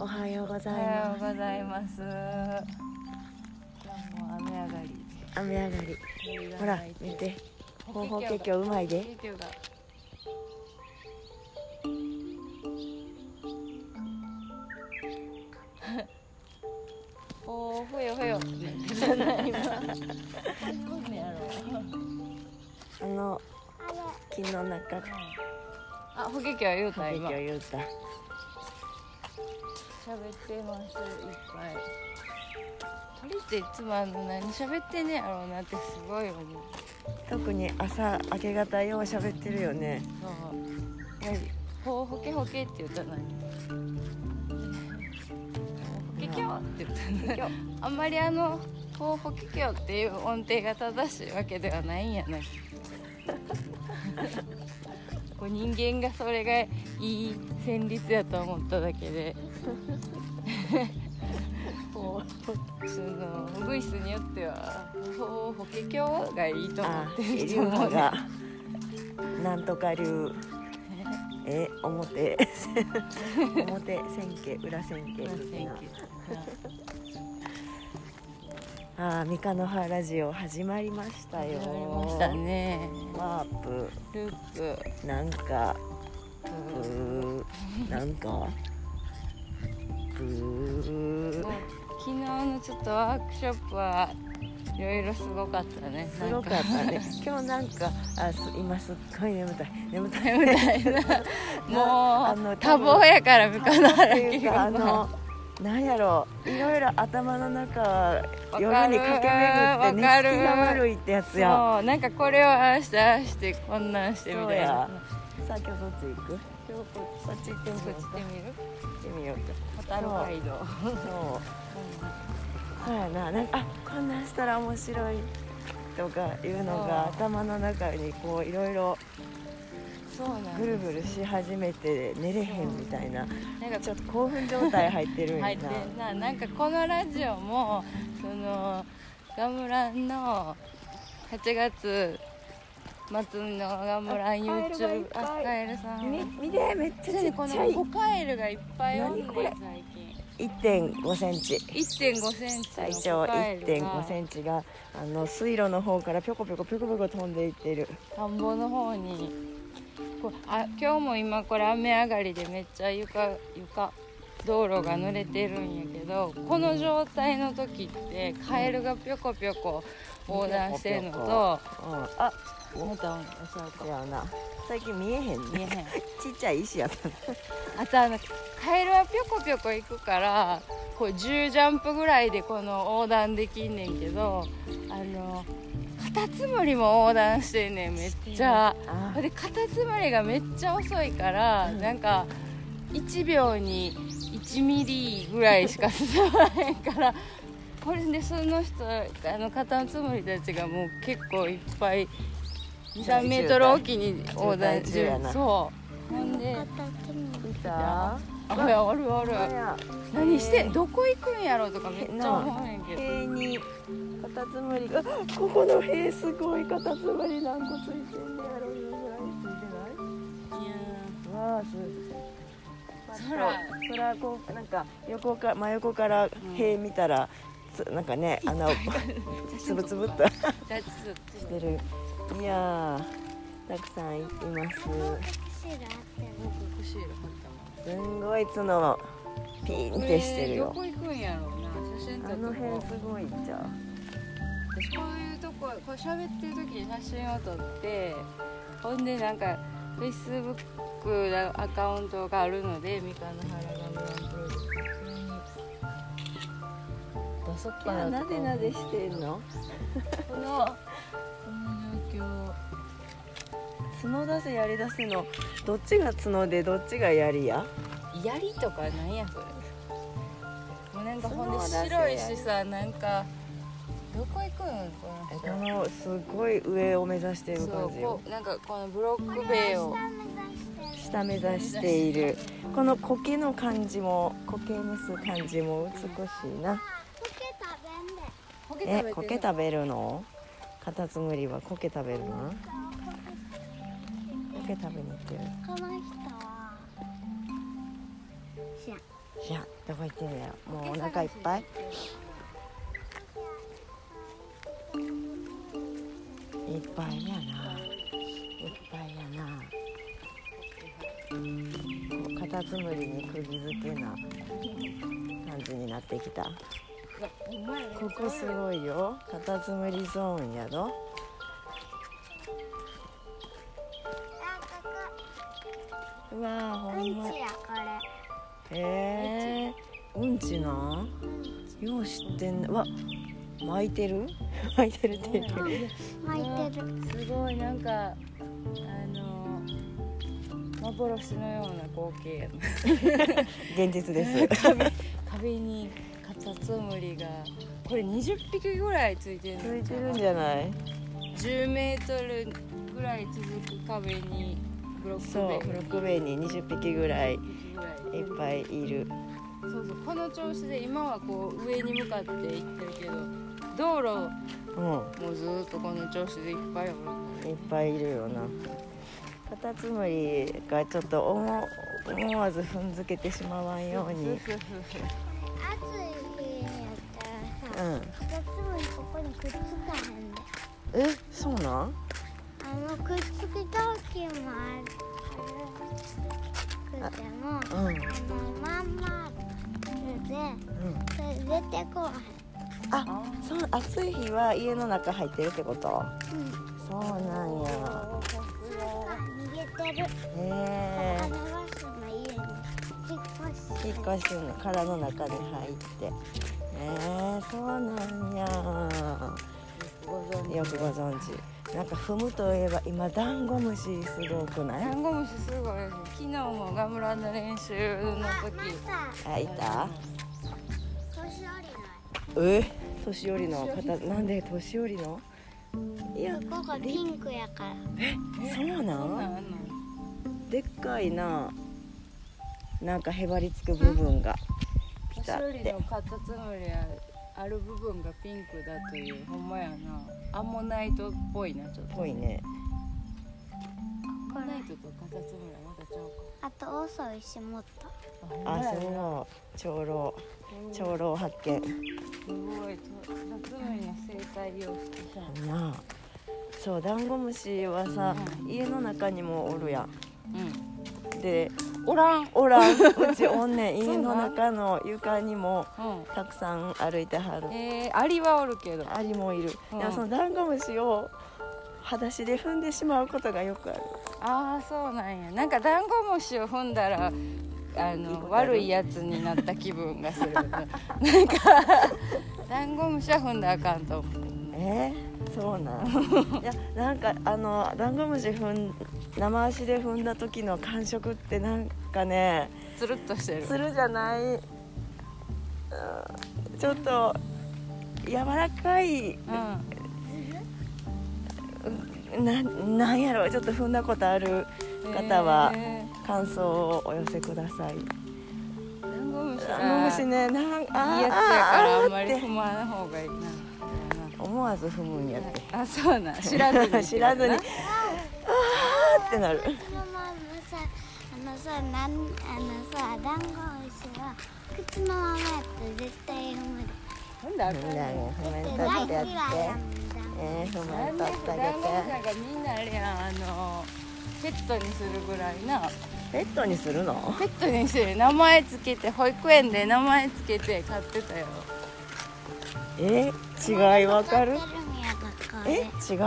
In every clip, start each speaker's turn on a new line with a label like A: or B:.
A: おはようご
B: お
A: ざい
B: はよ
A: ま
B: うございます。今日も雨上がり。
A: す雨上がりほら見てほうほうケーキはうまいで
B: ケーキが おお、ふよふよ。
A: あの木の中ケ
B: あ、ほけきは言うた、
A: ーキ
B: 今。
A: を
B: 喋
A: 言うた
B: ってます、いっぱい。鳥っていつもあの何喋ってんねやろうなってすごい思う。
A: 特に朝明け方よう喋ってるよね
B: そう。何ほうほけほけって言ったのに。ほけきょうって言ったのに。 あんまりあのこう「ほききょう」っていう音程が正しいわけではないんや なこう人間がそれがいい旋律やと思っただけで こうそのウグイスによっては「ほうほききょう」がいいと思
A: あ
B: ってる
A: ー
B: 人
A: 龍馬
B: もね
A: が なんとか流え 表表千家裏千家
B: いません
A: み
B: け
A: たい
B: ど
A: なああ三日の葉ラジオ始まりましたよ
B: 始まりましたね
A: ワープ
B: ルーク
A: なんかブ
B: うん
A: ーなんかブー
B: もう昨日のちょっとワークショップはいろいろすごかったね
A: すごかったね今日なんかあす今すっごい眠たい眠たい
B: なんかみたいな
A: あ
B: も
A: の
B: う多忙やから向こうの
A: っ
B: 原
A: てい
B: 木
A: うかあ
B: が
A: のなんやろういろいろ頭の中夜に駆け巡って
B: わか
A: 寝
B: る
A: つきが悪いってやつや
B: そうなんかこれをああしてああしてこんなんしてみたいな
A: さあ今日どっち行く今日こっち行ってみ
B: こ
A: よ
B: っ
A: う
B: ち行ってみる
A: 行ってみよう
B: ホタルガイド
A: かそうそうやななんかあこんなんしたら面白いとかいうのが
B: そ
A: 頭の中にこういろいろ
B: そうなん
A: ぐるぐるし始めて寝れへんみたいな
B: なん
A: ち
B: か
A: ょっと興奮状態入ってるんや
B: 入ってんななんかこのラジオもそのガムランの8月末のガム
A: あ
B: ラン
A: カエルがいっ
B: YouTube
A: ぱい
B: あカエルさ
A: なんみ見てめっちゃちっ
B: こ
A: ちゃ
B: の
A: い
B: コカエルがいっぱいおんねん
A: 何これ
B: 最近
A: 1.5センチ
B: 1.5センチ
A: 最
B: の
A: 長
B: コカエルが
A: 1.5センチがあの水路の方からぴょこぴょこぴょこぴょこ飛んでいっている
B: 田んぼの方にこうあ今日も今これ雨上がりでめっちゃ床床道路が濡れてるんやけどこの状態の時ってカエルがぴょこぴょこ横断してるのと
A: うんあ
B: またちゃう
A: 違
B: か
A: うな最近見えへん
B: 見えへ
A: ね
B: ん
A: ちっちゃい石やった
B: あとあのカエルはぴょこぴょこ行くからこう10ジャンプぐらいでこの横断できんねんけどあのカタツムリも横断してんねんめっちゃ。
A: あ
B: でカタツムリがめっちゃ遅いから、
A: うん
B: なんか1秒に1ミリぐらいしか進まへんからこれでその人あのカタツムリたちがもう結構いっぱい23メートルおきに横断
A: 渋滞中やな
B: そうほんで
A: 見た
B: あいやおるおる
A: ほら
B: 何してんどこ行くんやろうとかめっちゃ思うねんけど
A: 塀にカタツムリがここの塀すごいカタツムリ何個ついてんねやろいうぐらいついてないわあすそらこうなんか横か真横から塀見たら、つなんかね 穴をつぶつぶっとしてるいやーたくさんいますすんごい角ピンってしてる
B: ど
A: よ、
B: こ行くんやろうな写真撮っ
A: あ
B: と
A: の
B: こう
A: 辺すごいじゃ
B: こういうとここう喋ってる時に写真を撮ってほんでなんか Facebook のアカウントがあるので「三河の原がムランプロジェクト」出そっ
A: あなでなでしてんの
B: このこの状況
A: 角出せやり出せのどっちが角でどっちがやりや
B: 槍とかなんやそれもうなんかほんで
A: そうだし
B: 白いしさなんかどこ行くんこの
A: こ
B: 人
A: のすごい上を目指している
B: そう
A: 感じよ
B: こうなんかこのブロック塀を
A: 下目指しているこの苔の感じも苔蒸す感じも美しいな
B: コケ食べて
A: え
B: る
A: 苔食べるのカタツムリは苔食べるの苔食べに行ってる
C: この人は知らん
A: いやどこ行ってんだよもうお腹いっぱいいっぱいやないっぱいやなこうカタツムリに釘付けな感じになってきたここすごいよカタツムリゾーンやろうわあほ
C: うん
A: んま
C: ちやこれ。
A: えー、うんちなんよう知ってんなわ巻いてる 巻いてるっていう
C: 巻いてる。
B: すごいなんかあの幻のような光景 やな
A: 現実です
B: 壁にカタツムリがこれ20匹ぐらいついてる
A: 続いてるんじゃない
B: 10メートルぐらい続く壁にブロック
A: そうブロック塀に20匹ぐらいいっ
B: ぐらい
A: ぱいいる
B: そうそうこの調子で今はこう上に向かって行ってるけど道路
A: うん
B: もずーっとこの調子でいっぱいおる
A: いっぱいいるよなカタツムリがちょっと思思わず踏んづけてしまわんように
B: ふふふふ
C: 暑い日やった
A: う
C: らさ、
A: ん
C: カタツムリここにくっつかへんで。
A: えそうなん
C: あのくっつき陶器もある。くても、あ
A: うんうん
C: のまんまあるで、それ出てこう
A: あそう暑い日は家の中入ってるってこと
C: へん。うん。
A: そうなんや
C: 逃げてる。
A: へ
C: あ
A: え
C: のバスの家に引っ越して
A: 引っ越しの殻の中に入ってえー、そうなんや
B: ご存知
A: よくご存知なんか踏むといえば今ダンゴムシすごくな
B: ダ
A: い
B: ンゴムシすごい昨日もガムランド練習の
C: ま
B: 時
C: さ、
A: あいた
C: 年寄り
A: え年寄りの方なんで年寄りのいや
C: の。ここがピンクやから。
A: そうな
B: そんなん
A: ん
B: あんの
A: でっかいななんかへばりつく部分がピタ
B: 年寄
A: っ
B: り
A: て
B: のカタツムリはある部分がピンクだというほんまやなアンモナイトっぽいなちょっと
A: ぽいね
B: アンモナイトとカタツムリはまたちゃう
C: あと遅いしもっと。
B: か
A: あ
B: ほんまやな
A: そう長老
B: うんす
A: 長老発見
B: ごいカタツムリの生態をしてた
A: なあそうダンゴムシはさ、
B: う
A: 家の中にもおるや
B: うん
A: んで
B: おらんうん
A: おらんうちおんねん
B: そうなん
A: 家の中の床にもたくさん歩いてはる
B: えー、アリはおるけど
A: アリもいる、
B: うん
A: でもそのダンゴムシを裸足で踏んでしまうことがよくある
B: ああそうなんやなんかダンゴムシを踏んだらあ
A: いいこ
B: の
A: とある
B: 悪いやつになった気分がす るなんかダンゴムシは踏んだらあかんと思う
A: えー、そうなんいやなんかあのダンゴムシ踏ん生足で踏んだ時の感触ってなんかね
B: つるっとしてる
A: するじゃない、うんちょっと柔らかい
B: うん
A: ななんやろちょっと踏んだことある方は
B: え
A: 感想をお寄せください
B: ーダンゴムシ
A: ダンゴムシ
B: ね
A: ねなん
B: いいやつやからあんまり踏まない方がいいな
A: 思わず踏むんやって
B: あそうなん知らずに
A: 知らずにあーってなる
C: そのままさ、あのさ、なん、あのさ、ダンゴムシは靴のままやと絶対踏むで。
B: 踏んだらあか
A: み
B: ん
A: んなに踏めと
C: だって大
A: ってやっ
C: 嫌
A: て
C: いやもんダンゴム
A: えー、踏
B: ダ
A: め
B: ン
A: とっ
B: ゴムシ
A: てあ
B: ダンゴムシ
A: げ
B: なん
A: て
B: かみんなあれやんあのペットにするぐらいな
A: ペットにするの
B: ペットにして名前つけて保育園で名前つけて飼ってたよ
A: えー、違いわかる
C: わかるんやだから
A: え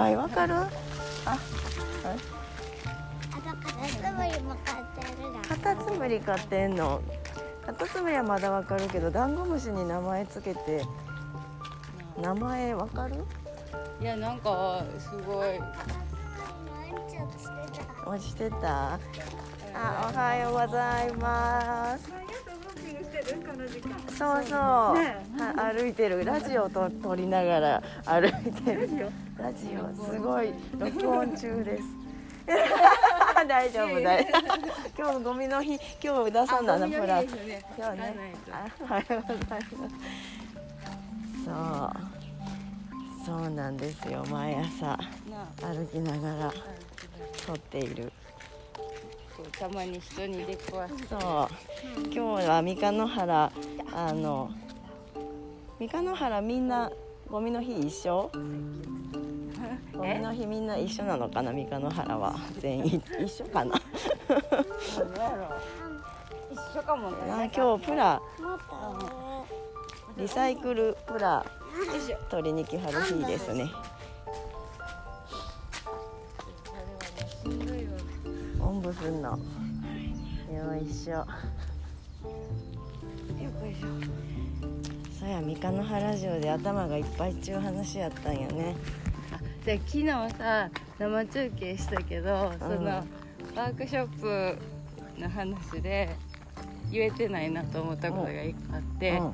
A: 違いわかる
C: あだからつむりも買ってるが。
A: カタツムリ飼ってんのカタツムリはまだわかるけどダンゴムシに名前つけて名前わかる
B: いやなんかすごい
C: うんちをつけた。
A: 落ちてたあおはようございますそうそう、は歩いてるラジオと撮りながら歩いてるラジオすごい録音中 です大丈夫大丈夫今日ゴミの日今日出さな
B: あ
A: な
B: ゴ
A: プ
B: ミの
A: ラ
B: 日
A: ス
B: ですよ
A: 今日
B: ねやらな
A: ね
B: いと
A: あおはようございますそうそうなんですよ毎朝
B: なあ
A: 歩きながら
B: あ
A: 撮っている
B: こうたまに人に出くわす
A: そう今日は三日野原あの三日野原みんなゴミの日一緒ゴミの日みんな一緒なのかな三日野原は全員一緒かな
B: 一緒かもね
A: な今日プラ
C: もっと
A: リサイクルプラ
B: よいしょ
A: 取りに来はる日ですね
B: あれはねしんどいわ
A: おんぶすんのよいしょ
B: よいしょ
A: そうや三日野原城で頭がいっぱいっちゅう話やったんよね
B: じゃあ昨日さ生中継したけど、そのワークショップの話で言えてないなと思ったことが一個あって、
A: うん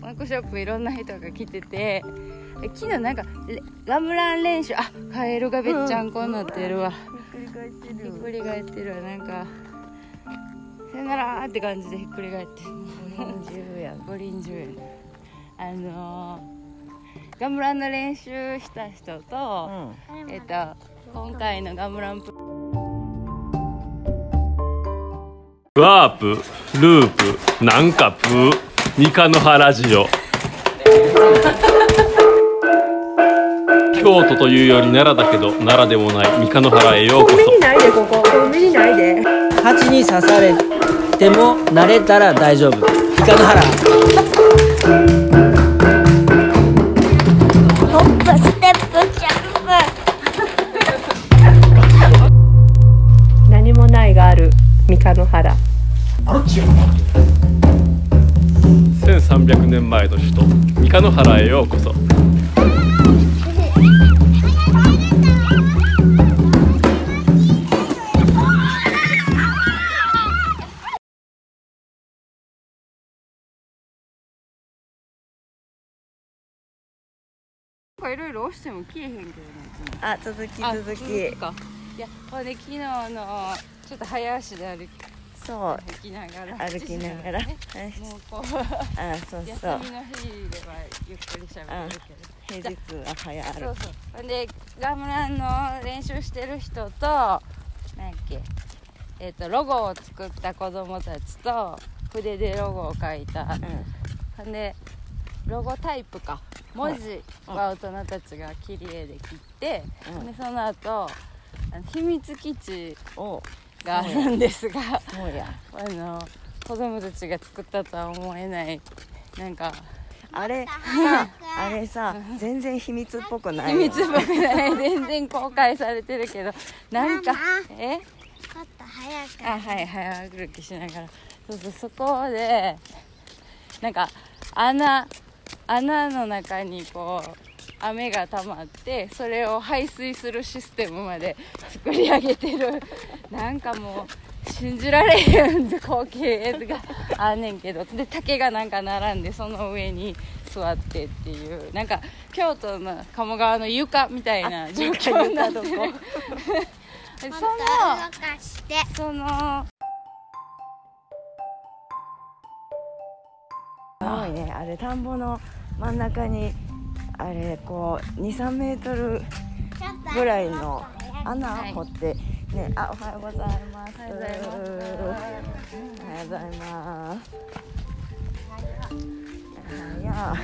B: ワークショップいろんな人が来ててえ昨日なんかレラムラン練習あカエルがべっちゃんこになってるわ、
A: ひっくり返って
B: ひっくり返ってるわなんかさよならーって感じでひっくり返ってる
A: 40や
B: 五輪中園あのー、ガムランの練習した人と、
A: うん
B: えっと、今回のガムランプ
D: ワープループなんかプー三日の原ジオ京都というより奈良だけど奈良でもない三日の原へようこそ
E: 蜂に刺されても慣れたら大丈夫イカの腹
C: ホップステップジャンプ
F: 何もないがある三日の原
D: 1300年前の首都三日の原へようこそ
B: いろいろ押しても消えへんけどね
A: あ続き続き
B: かいやほんで昨日のちょっと早足で歩き
A: そう
B: 歩きながら
A: 歩きながら
B: ね
A: はい
B: もうこう
A: あそう
B: 休み
A: そう
B: の日ではゆっくりしゃべるけど
A: 平日は早歩き
B: そうそうほんでガムランの練習してる人となんやっけえっ、とロゴを作った子供たちと筆でロゴを描いた
A: う
B: ほんでロゴタイプか文字は大人たちが切り絵で切って、
A: うん
B: でその後あの秘密基地
A: んお
B: があるんですが
A: そうや
B: あの子供たちが作ったとは思えないなんか
A: あれさあれさ全然秘密っぽくない
B: 秘密っぽくない全然公開されてるけどなんか
C: マ
B: え
C: もっと
B: あ
C: 早く
B: はいはい歩きしながらそうそうそこでなんか穴穴の中にこう雨が溜まってそれを排水するシステムまで作り上げてるなんかもう信じられへん光景があんねんけどで竹がなんか並んでその上に座ってっていうなんか京都の鴨川の床みたいな状況になってる
A: 床
B: その
C: もっと動かして
B: その
A: すごいねあれ田んぼの真ん中にあれこう23メートル
C: ちょっと
A: ぐらいの
C: あ
A: 穴を掘ってねあおはようございます
B: おはようございます
A: おはようございますいや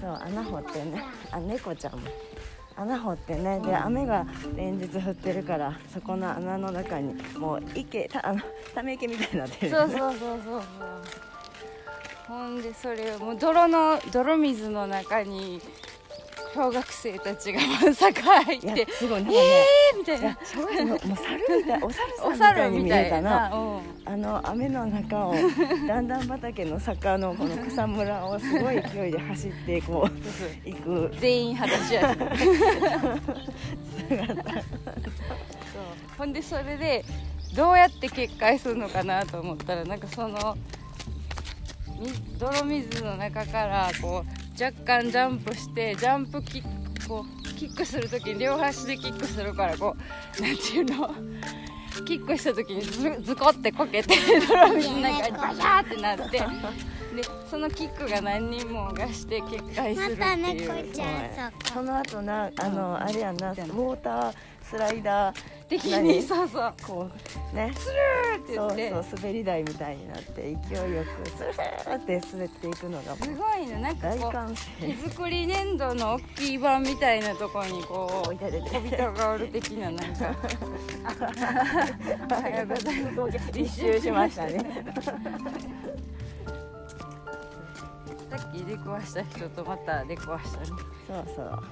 A: そう穴掘ってねあ猫ちゃんも穴掘ってねで雨が連日降ってるからそこの穴の中にもう池たあのため池みたいになってる
B: そうそうそうそうそうほんでそれをもう泥の泥水の中に小学生たちがまさか入っ
A: いや
B: て
A: すごいなんか
B: え
A: ね、
B: ーみたい
A: いや
B: な
A: 正直もう猿みたいお猿さん
B: お
A: みたい
B: 猿
A: に
B: み
A: 見
B: た
A: え
B: いな
A: たな
B: うん
A: あの雨の中を段々畑の坂のこの草むらをすごい勢いで走ってこう
B: そうそう
A: 行く
B: 全員裸足 やでそうほんでそれでどうやって決壊するのかなと思ったらなんかそのみ泥水の中からこう若干ジャンプしてジャンプキックこうキックする時に両端でキックするからこうなんていうの キックした時にズズコってこけて泥水の中にバシャーってなってでそのキックが何人もがして決壊するっ
C: ま
B: たて
C: 猫
B: いう
C: ちゃんそ
A: その後なあのあれやんなウォータースライダー
B: 的
A: 何
B: にそうそう
A: こうね
B: って言
A: そ
B: っ
A: う
B: て
A: そう滑り台みたいになって勢いよくスーって滑っていくのがもう
B: すごいねなんか
A: 大
B: こう
A: 歓
B: 手
A: 声
B: 作り粘土の大きい板みたいなところにこ
A: お
B: う
A: いたで
B: 飛びたがる的ななん か
A: 一周しましたね
B: さっき出くわした人とまた出くわしたね
A: そうそう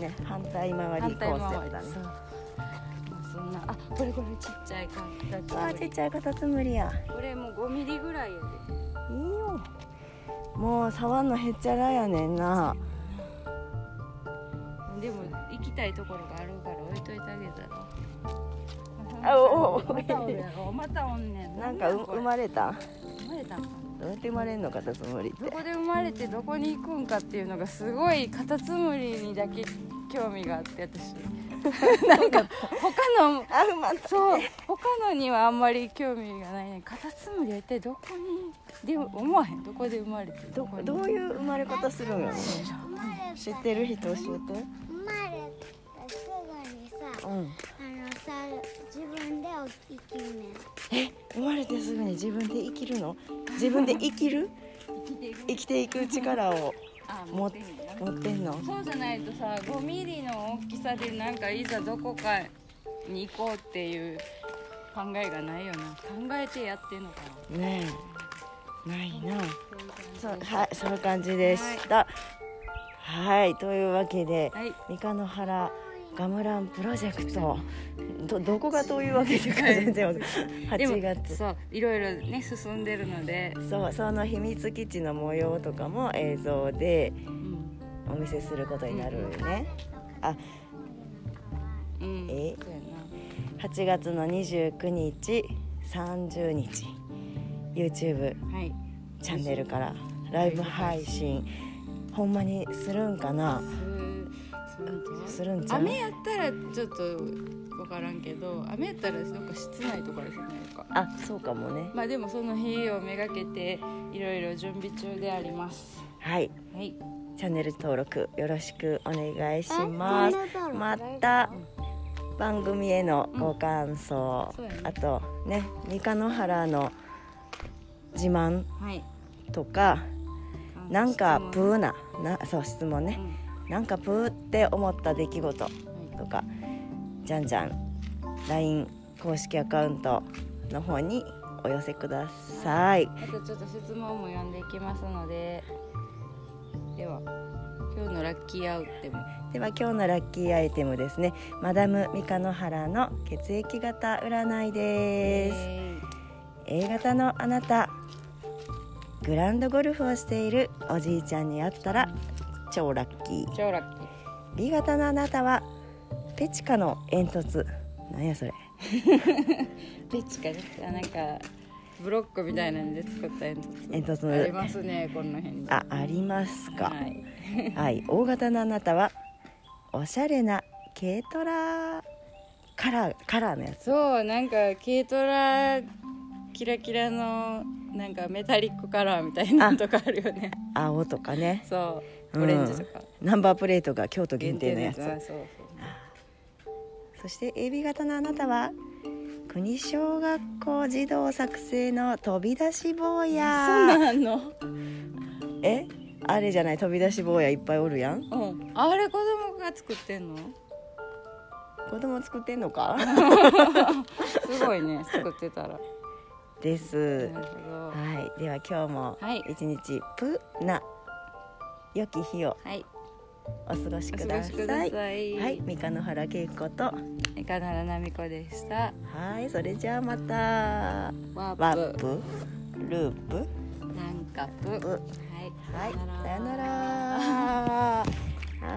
A: ね反対回り
B: 反
A: コ
B: 対
A: ー
B: 回
A: ス
B: り
A: だね
B: まあそんなあこれこれちっちゃいか
A: わあちっちゃいカタツムリや
B: これもう5ミリぐらいやで
A: いいよもう触んのへっちゃらやねんな
B: でも行きたいところがあるから置いといてあげたら。
A: あおお
B: またおるやろまたおんねん。
A: なんかう
B: これ
A: 生まれた
B: 生まれたんかな
A: どうやって生まれんのカタツムリっ
B: ど
A: て
B: こで生まれてどこに行くんかっていうのがすごいカタツムリにだけ興味があっ て私。なんか他の
A: あ生まれた
B: そう他のにはあんまり興味がないねん。カタツムリは一体どこにでも思わへんどこで生まれて
A: ど
B: こに
A: どういう生まれ方するんやろね
C: う生まれ
A: 知
C: た
A: ってる人教えて
C: 生まれたすぐにさ
A: うん
C: あのさ自分で生きる ねん
A: 生まれてすぐに自分で生きるの自分で生きる
B: 生きていく
A: 生きていく力を
B: あ
A: 持っ
B: んねんな
A: 持ってんの
B: そうじゃないとさ5ミリの大きさでなんかいざどこかに行こうっていう考えがないよな考えてやってんのかな
A: ねえないなそうはいそういう感じでしたはいというわけで
B: はい
A: 三日野原ガムランプロジェクトどどこがというわけでか全然わかんない
B: でも
A: 8月
B: そういろいろね進んでるので、
A: そうその秘密基地の模様とかも映像で
B: うん
A: お見せすることになるよねあ
B: うん、
A: え
B: そうやな
A: 8月の29日30日 YouTube
B: はい
A: チャンネルからライブ配信ほんまにするんかな
B: すなんて
A: す
B: いう
A: るん
B: の
A: ちゃう
B: 雨やったらちょっとわからんけど雨やったらどっか室内とかですよねとか
A: あそうかもね
B: まあでもその日をめがけていろいろ準備中であります
A: はい
B: はい
A: チャンネル登録よろしくお願いしますまた番組へのご感想、
B: うんそうやね
A: あとね三日野原の自慢
B: はい
A: とかなんかプーななそう質問ね、なんかプーって思った出来事とかじゃんじゃん LINE 公式アカウントの方にお寄せください。
B: あとちょっと質問も読んでいきますのででは今日のラッキーアウトも
A: では今日のラッキーアイテムですねマダム三日野原の血液型占いです、
B: え
A: A 型のあなたグランドゴルフをしているおじいちゃんに会ったら超ラッキー
B: ー超ラッキー
A: B 型のあなたはペチカの煙突なんやそれ
B: ペチカねあなんかブロックみたいなんで作った煙突
A: 煙突の
B: ありますねこの辺に
A: あありますか
B: は、
A: はいい、O 型のあなたはおしゃれな軽トラカラーカラーのやつ
B: そうなんか軽トラキラキラのなんかメタリックカラーみたいなのとかあるよね
A: 青とかね
B: そう
A: うん
B: オレンジとか、
A: ナンバープレートが京都限定のやつ
B: 限定そうそう
A: そして AB 型のあなたは国小学校児童作成の飛び出し坊
B: そんな
A: や
B: んあんの
A: えあれじゃない飛び出し坊やいっぱいおるやん
B: うんあれ子供が作ってんの
A: 子供作ってんの か
B: すごいね作ってたら
A: です
B: なるほど。
A: はいでは今日も
B: はい
A: 一日プな良き日を
B: はい。
A: お過ごし
B: お
A: く
B: 過ご
A: だ
B: し
A: さ
B: くださ
A: い
B: い。
A: はい。三日野原恵子と
B: いかならなみこでし
A: は
B: た。
A: いそれじゃあまた
B: ワ
A: ワッ
B: ープ。
A: プループ
B: なんかプ。はい。
A: はい、さよ なら。は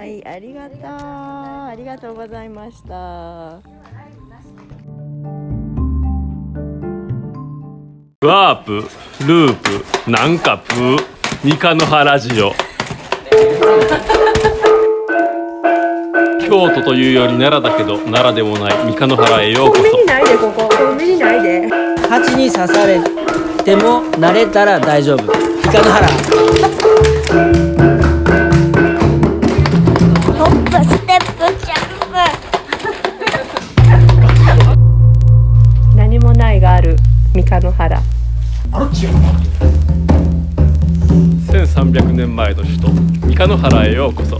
A: ーい、ありがとう、ありがとうございました。
D: ワープループなんかプー三日野原ラジオ京都というより奈良だけど奈良でもない三日野原へようこ
F: コンビ
D: そ
F: ニないでここコンビニないで
E: 蜂に刺されても慣れたら大丈夫イカの原
C: ホップステップジャンプ
F: 何もないがある三日の原
D: 1300年前の首都三日野原へようこそ